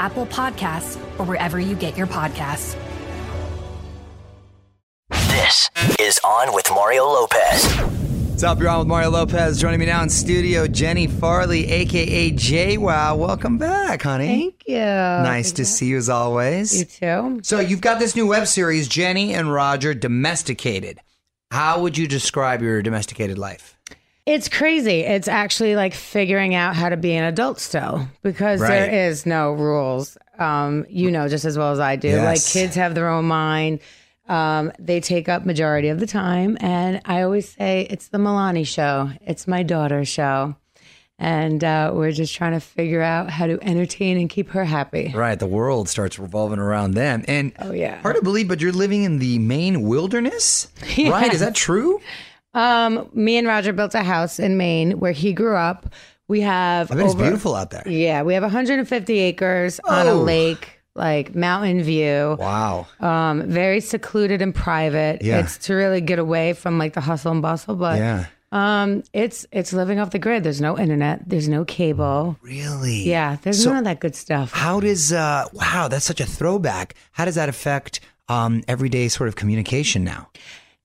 Apple Podcasts, or wherever you get your podcasts. This is On with Mario Lopez. What's up? You're on with Mario Lopez. Joining me now in studio, Jenny Farley, aka J Wow. Welcome back, honey. Thank you. nice to see you as always. You too. So you've got this new web series, Jenny and Roger Domesticated. How would you describe your domesticated life? It's crazy. It's actually like figuring out how to be an adult still because Right. there is no rules. Um, you know just as well as I do. Yes. Like kids have their own mind. Um, they take up majority of the time, and I always say it's the Milani show. It's my daughter's show, and uh, we're just trying to figure out how to entertain and keep her happy. Right, the world starts revolving around them, and Oh, yeah. hard to believe, but you're living in the Maine wilderness, right? Is that true? Um, me and Roger built a house in Maine where he grew up. We have I bet it's over- beautiful out there. Yeah, we have 150 acres on a Oh. lake, like mountain view. Wow, Um, very secluded and private. Yeah. It's to really get away from like the hustle and bustle, but yeah, um, it's it's living off the grid. There's no internet. There's no cable. really, Yeah, there's So- none of that good stuff. How does uh wow, that's such a throwback. How does that affect um everyday sort of communication now?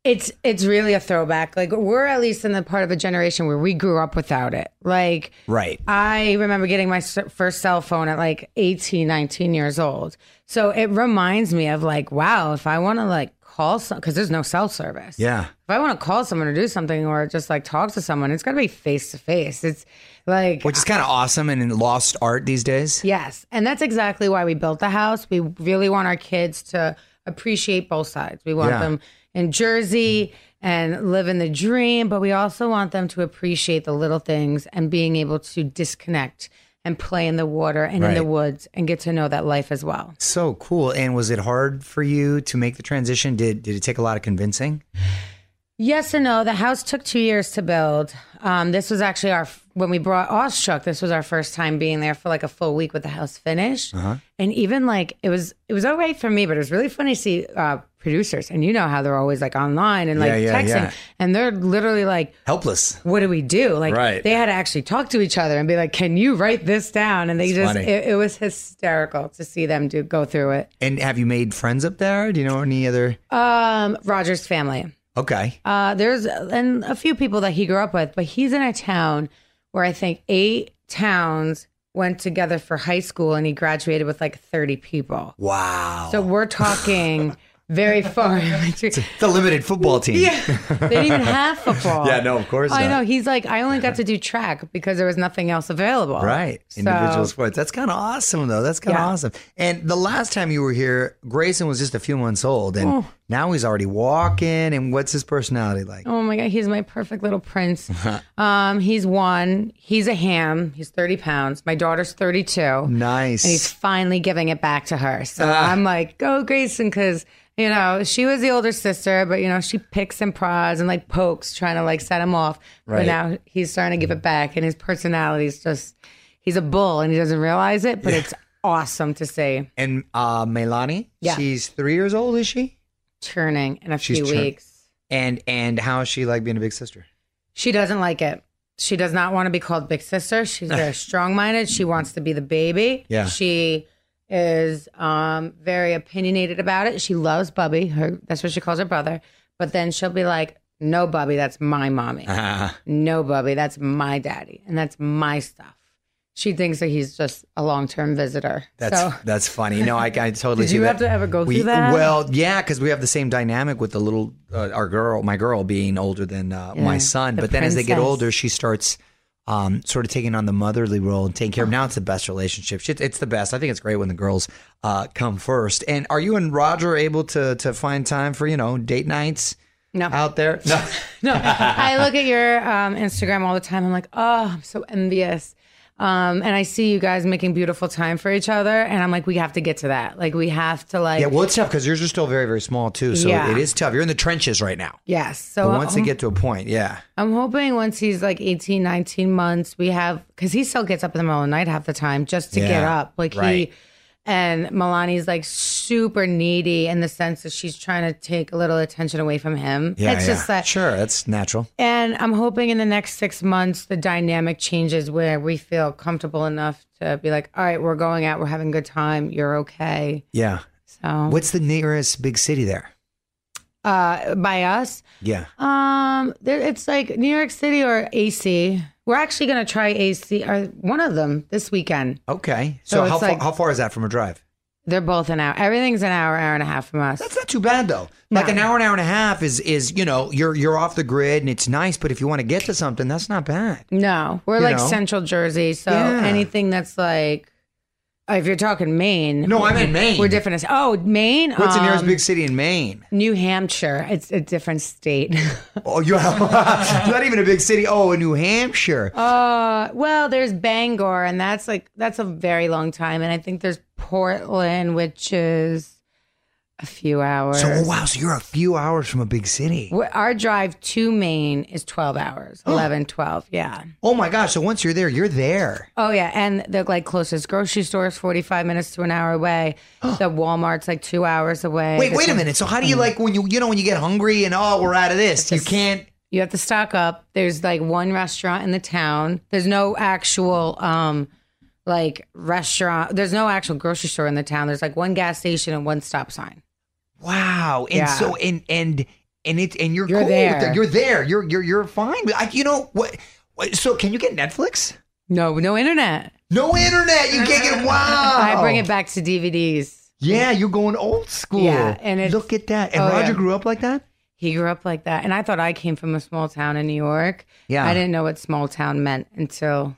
It's it's really a throwback. Like we're at least in the part of a generation where we grew up without it. Like Right. I remember getting my s- first cell phone at like 18, 19 years old. So it reminds me of like, wow, if I want to like call some, because there's no cell service. Yeah. If I want to call someone or do something or just like talk to someone, it's got to be face to face. It's like, Which is kind of awesome and in lost art these days. yes. And that's exactly why we built the house. We really want our kids to appreciate both sides. We want Yeah. them in Jersey and live in the dream, but we also want them to appreciate the little things and being able to disconnect and play in the water and in the Right. woods and get to know that life as well. So cool. And was it hard for you to make the transition? Did did it take a lot of convincing? Yes and no. The house took two years to build. Um, this was actually our when we brought Awestruck. This was our first time being there for like a full week with the house finished, Uh-huh. and even like it was it was all right for me, but it was really funny to see uh, producers, and you know how they're always like online and like Yeah, yeah, texting, yeah. and they're literally like, Helpless. "What do we do?" Like Right. they had to actually talk to each other and be like, "Can you write this down?" And they just funny. it, it was hysterical to see them do go through it. And have you made friends up there? Do you know any other Um, Roger's family. Okay. Uh, there's and a few people that he grew up with, but he's in a town where I think eight towns went together for high school, and he graduated with like 30 people. Wow. So we're talking very far. the limited football team. Yeah, they didn't even have football. Yeah, no, of course I not. know. He's like, I only got to do track because there was nothing else available. Right. Uh, So- Individual sports. That's kind of awesome, though. That's kind of Yeah. awesome. And the last time you were here, Grayson was just a few months old, Oh. and now he's already walking. And what's his personality like? Oh my God, he's my perfect little prince. um, he's one. He's a ham. He's 30 pounds. My daughter's 32. Nice. And he's finally giving it back to her. So Ah. I'm like, go Grayson, because, you know, she was the older sister, but, you know, she picks and prods and like pokes, trying to like set him off. Right. But now he's starting to give it back. And his personality is just, He's a bull and he doesn't realize it, but it's awesome to see And uh, Melani, Yeah. she's three years old, is she? churning in a She's few churn- weeks. And and how is she like being a big sister? She doesn't like it. She does not want to be called big sister. She's very strong minded. She wants to be the baby. Yeah. She is um, very opinionated about it. She loves Bubby. Her that's what she calls her brother. But then she'll be like, "No, Bubby, that's my mommy. Uh-huh. No, Bubby, that's my daddy, and that's my stuff." She thinks that he's just a long term visitor. That's so that's funny. No, I, I totally. Did see you that. have to ever go We- through that? Well, yeah, because we have the same dynamic with the little uh, our girl, my girl, being older than uh, my Yeah, son. the But then as they get princess. older, she starts um, sort of taking on the motherly role and taking care Oh. of. Now it's the best relationship. Shit, it's the best. I think it's great when the girls uh, come first. And are you and Roger able to to find time for you know date nights no. out there? No. No, I look at your um, Instagram all the time. I'm like, oh, I'm so envious. Um, and I see you guys making beautiful time for each other, and I'm like, we have to get to that. Like, we have to like, Yeah, well, it's tough because yours are still very, very small too. So Yeah. um, it is tough. You're in the trenches right now. yes. So But once they I'm- get to a point, yeah, I'm hoping once he's like 18, 19 months, we have because he still gets up in the middle of the night half the time just to get Yeah, up. Like right. he and Milani's like super needy in the sense that she's trying to take a little attention away from him. yeah, it's yeah. just that sure, that's natural. And I'm hoping in the next six months, the dynamic changes where we feel comfortable enough to be like, all right, we're going out, we're having a good time, you're okay. Yeah. So, What's the nearest big city there? uh, by us, Yeah. um, there, it's like New York City or AC. We're actually going to try AC or one of them this weekend. Okay. So, So how, it's far, like- how far is that from a drive? They're both an hour. Everything's an hour, hour and a half from us. That's not too bad though. Like an hour, an hour and a half is is you know you're you're off the grid and it's nice, but if you want to get to something, that's not bad. No, we're You like know? central Jersey. So Yeah. anything that's like, if you're talking Maine. No, I'm in Maine. We're different. As, oh, Maine? What's the nearest Um, big city in Maine? New Hampshire. It's a different state. Oh, you not even a big city. Oh, in New Hampshire. uh, well, there's Bangor, and that's like that's a very long time. And I think there's Portland, which is a few hours. so oh, wow, so you're a few hours from a big city. Wh- Our drive to Maine is 12 hours, 11, 12. Yeah. Oh my gosh! So once you're there, you're there. Oh, yeah. And the like closest grocery store is 45 minutes to an hour away. the Walmart's like two hours away. Wait, The- wait a Mm-hmm. minute. So how do you like when you you know when you get hungry and oh we're out of this? You can't. You have to stock up. There's like one restaurant in the town. There's no actual um like restaurant. There's no actual grocery store in the town. There's like one gas station and one stop sign. Wow. And Yeah. so and and and it's and you're, You're cool with there. it. You're there. You're you're you're fine. with- I, you know what? what- So can you get Netflix? No, no internet. No internet. You can't get. Wow. Oh. I bring it back to DVDs. Yeah, you're going old school. Yeah, and it's- look at that. And oh, Roger yeah. grew up like that. He grew up like that. And I thought I came from a small town in New York. Yeah. I didn't know what small town meant until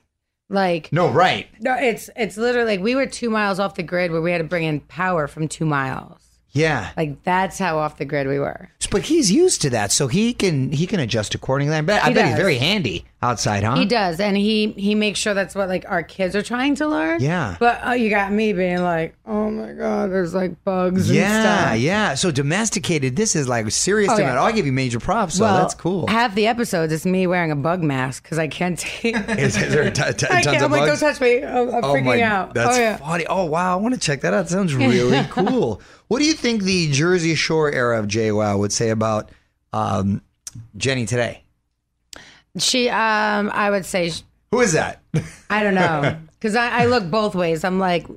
like No, right. no, it's it's literally like we were two miles off the grid where we had to bring in power from two miles. Yeah, Like that's how off the grid we were. but he's used to that, so he can he can adjust accordingly. I bet, I He bet he's does. very handy outside, huh? He does, and he he makes sure that's what like our kids are trying to learn. Yeah. But oh, you got me being like, oh my god, there's like bugs. and Yeah, stuff. yeah. So domesticated. This is like serious. Oh, to yeah. it. I'll give you major props. So Well, that's cool. Half the episodes, it's me wearing a bug mask because I can't take. I is, is there a ton- ton- can't. tons I'm of like, bugs? don't touch me. I'm, I'm freaking out. Oh That's oh yeah. funny. Oh wow, I want to check that out. sounds really cool. What do you think the Jersey Shore era of JWoww would say about um, Jenny today? She, um, I would say, sh- Who is that? I don't know, because I, I look both ways. I'm like,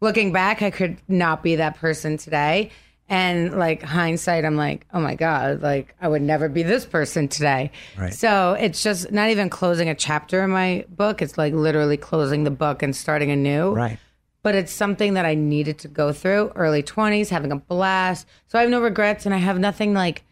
looking back, I could not be that person today. And like hindsight, I'm like, oh my God, like I would never be this person today. Right. So it's just not even closing a chapter in my book. It's like literally closing the book and starting anew. right. But it's something that I needed to go through early 20s, having a blast. So I have no regrets and I have nothing like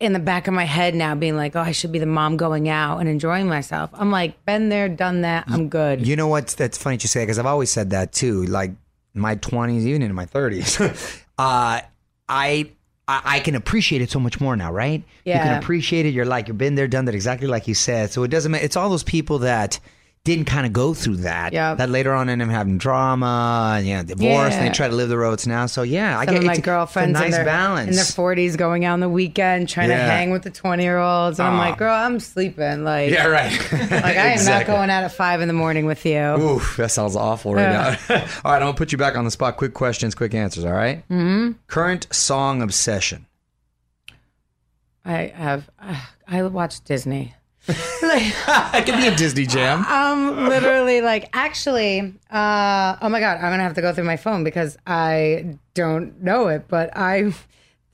in the back of my head now being like, oh, I should be the mom going out and enjoying myself. I'm like, been there, done that. I'm good. You know what's that's funny that you say because I've always said that too. Like my twenties, even in my thirties, uh, I. I I can appreciate it so much more now, right? You Yeah. can appreciate it. You're like you've been there, done that, exactly like you said. So it doesn't matter. It's all those people that didn't kind of go through that. Yep. That later on ended up having drama and yeah, divorce, and Yeah. they try to live the roads now. So yeah, I Some get of it's- my it's a girlfriends nice in, their, balance. in their 40s going out on the weekend trying to Yeah. hang with the 20 year olds. And I'm like, girl, I'm sleeping. Like, yeah, right. like I am not going out at five in the morning with you. Oof, that sounds awful right now. all right, I'm gonna put you back on the spot. Quick questions, quick answers. All right? Mm-hmm. Current song obsession. I have, uh, I watch Disney. It could be a Disney jam. Um, literally, like, actually, uh, oh my god, I'm gonna have to go through my phone because I don't know it, but I,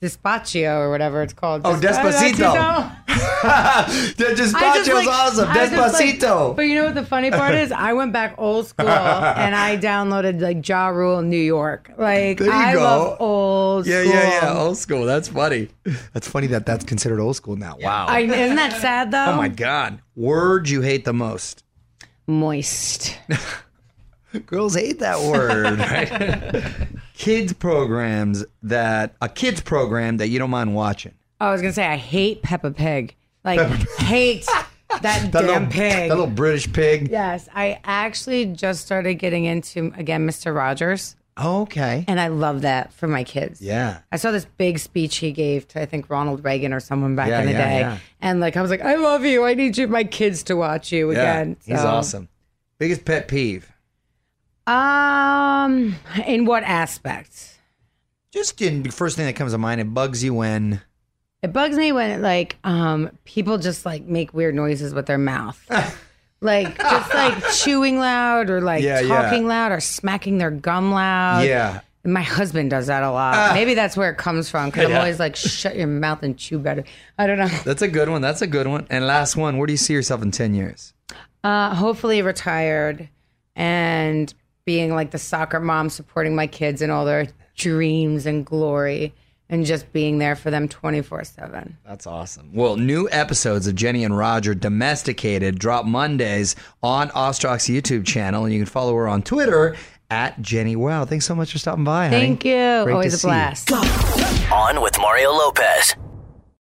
Despacito or whatever it's called. Oh, Despacito. Despacito's I just, like- awesome. I just, like- Despacito. but you know what the funny part is? I went back old school and I downloaded like Ja Rule New York. Like There you I go. love old yeah, school. yeah, Oh. yeah. Old school. That's funny. That's funny that that's considered old school now. Wow. I, isn't that sad though? oh my God. Word you hate the most. Moist. Girls hate that word. right? kids programs that a kids program that you don't mind watching. I was gonna say I hate Peppa Pig. Like hate that That damn little pig. That little British pig. Yes, I actually just started getting into again Mr. Rogers, Oh, okay. and I love that for my kids. Yeah. I saw this big speech he gave to I think Ronald Reagan or someone back Yeah, in the yeah, day, yeah. and like I was like, I love you. I need you, my kids, to watch you again. He's So- awesome. Biggest pet peeve. Um, in what aspect? Just in the first thing that comes to mind, it bugs you when It bugs me when like um people just like make weird noises with their mouth. Like just like chewing loud or like Yeah, yeah. talking loud or smacking their gum loud. Yeah. Ah. My husband does that a lot. Maybe that's where it comes from because I'm always like, shut your mouth and chew better. I don't know. That's a good one. That's a good one. And last one, where do you see yourself in 10 years? Uh, hopefully, retired and being like the soccer mom supporting my kids in all their dreams and glory and just being there for them 24 7. That's awesome. Well, new episodes of Jenny and Roger Domesticated drop Mondays on Ostrock's YouTube channel, and you can follow her on Twitter at Jenny Wow. Thanks so much for stopping by. honey. Thank you. Great to Always a see you. blast. On with Mario Lopez.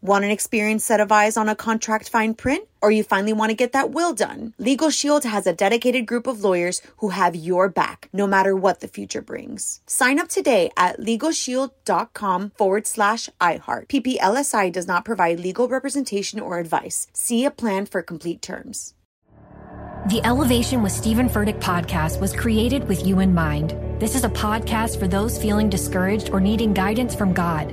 Want an experienced set of eyes on a contract fine print? Or you finally want to get that will done? Legal Shield has a dedicated group of lawyers who have your back no matter what the future brings. Sign up today at LegalShield.com forward slash iHeart. PPLSI does not provide legal representation or advice. See a plan for complete terms. The Elevation with Stephen Furtick podcast was created with you in mind. This is a podcast for those feeling discouraged or needing guidance from God.